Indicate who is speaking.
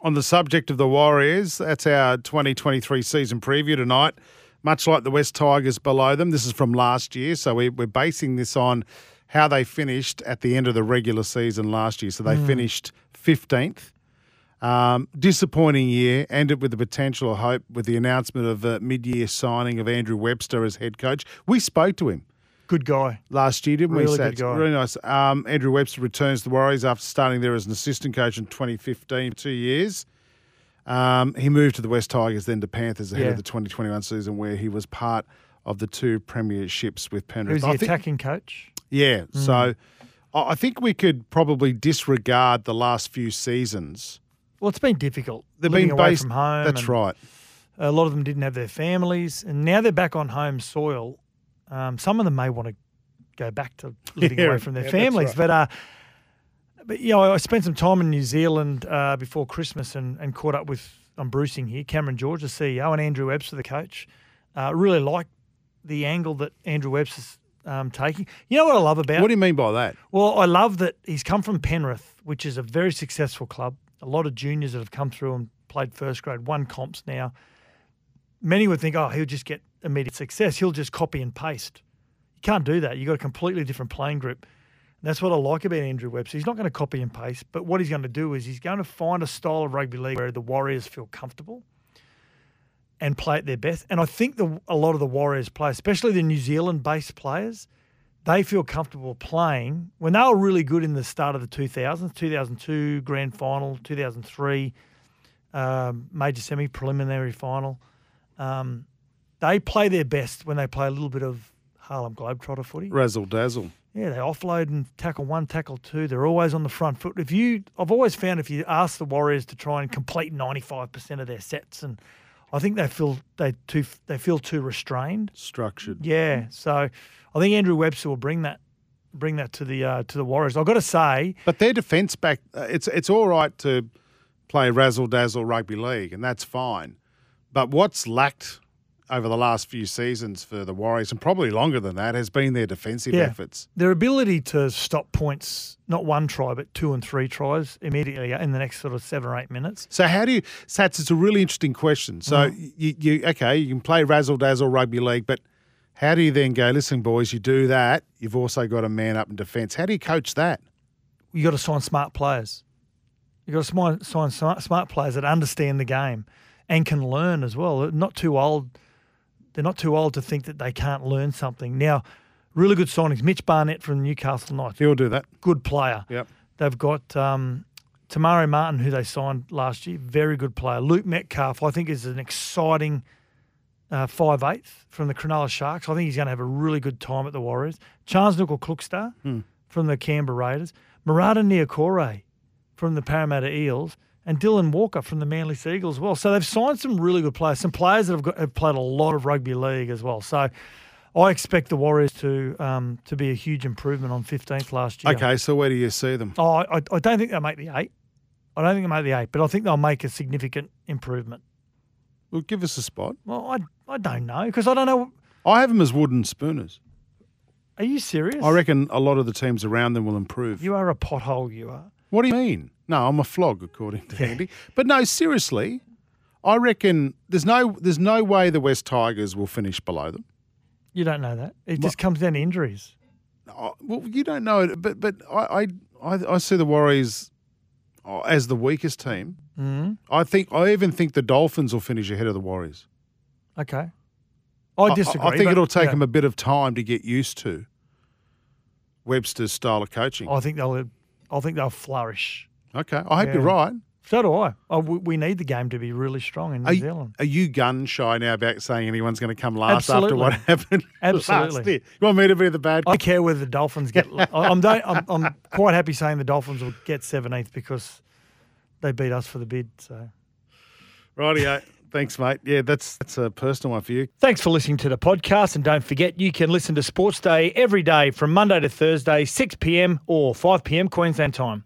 Speaker 1: on the subject of the Warriors, that's our 2023 season preview tonight. Much like the West Tigers below them, this is from last year, so we, we're basing this on how they finished at the end of the regular season last year. So they finished 15th. Um, disappointing year, ended with the potential of hope with the announcement of uh, mid year signing of Andrew Webster as head coach. We spoke to him
Speaker 2: Good guy.
Speaker 1: last year, didn't we?
Speaker 2: Really
Speaker 1: Sats?
Speaker 2: good guy.
Speaker 1: Really nice. Um, Andrew Webster returns to the Warriors after starting there as an assistant coach in 2015, two years. Um, he moved to the West Tigers, then to Panthers ahead
Speaker 2: Yeah.
Speaker 1: of the 2021 season, where he was part of the two premierships with Penrith.
Speaker 2: Who's the Hmm.
Speaker 1: I think-
Speaker 2: attacking coach?
Speaker 1: yeah. So I I think we could probably disregard the last few seasons.
Speaker 2: Well, it's been difficult.
Speaker 1: They've
Speaker 2: living
Speaker 1: been
Speaker 2: away
Speaker 1: based
Speaker 2: from home.
Speaker 1: That's
Speaker 2: and
Speaker 1: right.
Speaker 2: A lot of them didn't have their families, and now they're back on home soil. Um, some of them may want to go back to living
Speaker 1: Yeah,
Speaker 2: away from their
Speaker 1: yeah, that's
Speaker 2: families,
Speaker 1: right.
Speaker 2: but uh, but you know, I spent some time in New Zealand uh, before Christmas and and caught up with I'm bruising here, Cameron George, the CEO, and Andrew Webster, the coach. Uh, really liked the angle that Andrew Webster's um, taking. You know what I love about
Speaker 1: What do you mean by that?
Speaker 2: Well, I love that he's come from Penrith, which is a very successful club. A lot of juniors that have come through and played first grade, won comps now. Many would think, oh, he'll just get immediate success. He'll just copy and paste. You can't do that. You've got a completely different playing group. And that's what I like about Andrew Webster. He's not going to copy and paste, but what he's going to do is he's going to find a style of rugby league where the Warriors feel comfortable and play at their best. And I think the, a lot of the Warriors play, especially the New Zealand based players, they feel comfortable playing when they were really good in the start of the 2000s, 2002 grand final, 2003 um, major semi preliminary final. Um, they play their best when they play a little bit of Harlem Globetrotter footy.
Speaker 1: Razzle dazzle.
Speaker 2: Yeah, they offload and tackle one, tackle two. They're always on the front foot. If you, I've always found if you ask the Warriors to try and complete ninety five percent of their sets, and I think they feel they too they feel too restrained.
Speaker 1: Structured.
Speaker 2: Yeah, so I think Andrew Webster will bring that bring that to the uh, to the Warriors. I've got to say,
Speaker 1: But their defence back, uh, it's it's all right to play razzle dazzle rugby league, and that's fine. But what's lacked over the last few seasons for the Warriors, and probably longer than that, has been their defensive
Speaker 2: Yeah.
Speaker 1: efforts.
Speaker 2: their ability to stop points, not one try but two and three tries immediately in the next sort of seven or eight minutes.
Speaker 1: So how do you, Sats? It's a really interesting question. So you, you okay? You can play razzle dazzle rugby league, but how do you then go? Listen, boys, you do that. You've also got to man up in defence. How do you coach that?
Speaker 2: you got to sign smart players. You got to sign, sign smart, smart players that understand the game and can learn as well. They're Not too old. They're not too old to think that they can't learn something. Now, really good signings. Mitch Barnett from Newcastle Knights,
Speaker 1: He'll do that.
Speaker 2: good player.
Speaker 1: Yep.
Speaker 2: They've got um, Tamari Martin, who they signed last year, very good player. Luke Metcalf, I think, is an exciting uh, 5'8 from the Cronulla Sharks. I think he's going to have a really good time at the Warriors. Charles Nickel Cookstar
Speaker 1: Hmm.
Speaker 2: from the Canberra Raiders. Murata Niokore from the Parramatta Eels. And Dylan Walker from the Manly Seagulls as well. So they've signed some really good players, some players that have, got, have played a lot of rugby league as well. So I expect the Warriors to um, to be a huge improvement on 15th last year.
Speaker 1: Okay, so where do you see them?
Speaker 2: Oh, I, I don't think they'll make the eight. I don't think they'll make the eight, but I think they'll make a significant improvement.
Speaker 1: Well, give us a spot.
Speaker 2: Well, I, I don't know because I don't know.
Speaker 1: I have them as wooden spooners.
Speaker 2: Are you serious?
Speaker 1: I reckon a lot of the teams around them will improve.
Speaker 2: you are a pothole. You are.
Speaker 1: What do you mean? No, I'm a flog, according to Andy. But no, seriously, I reckon there's no there's no way the West Tigers will finish below them.
Speaker 2: You don't know that. It just comes down to injuries.
Speaker 1: I- well, you don't know it, but but I I, I, I see the Warriors uh, as the weakest team.
Speaker 2: Mm,
Speaker 1: I think I even think the Dolphins will finish ahead of the Warriors.
Speaker 2: okay. I disagree.
Speaker 1: I, think
Speaker 2: but-
Speaker 1: it'll take
Speaker 2: yeah.
Speaker 1: them a bit of time to get used to Webster's style of coaching.
Speaker 2: I think they'll. I think they'll flourish.
Speaker 1: okay, I hope you're
Speaker 2: Yeah.
Speaker 1: right.
Speaker 2: So do I. I we, we need the game to be really strong in New
Speaker 1: Are, you-
Speaker 2: Zealand.
Speaker 1: are you gun shy now about saying anyone's going to come last after
Speaker 2: Absolutely.
Speaker 1: what happened last
Speaker 2: Absolutely.
Speaker 1: year? You want me to be the bad
Speaker 2: I don't care whether the Dolphins get. I- I'm, don't, I'm I'm quite happy saying the Dolphins will get 17th because they beat us for the bid. So.
Speaker 1: Rightio. Thanks, mate. Yeah, that's that's a personal one for you.
Speaker 2: Thanks for listening to the podcast. And don't forget, you can listen to Sports Day every day from Monday to Thursday, 6 p.m. or 5 p.m. Queensland time.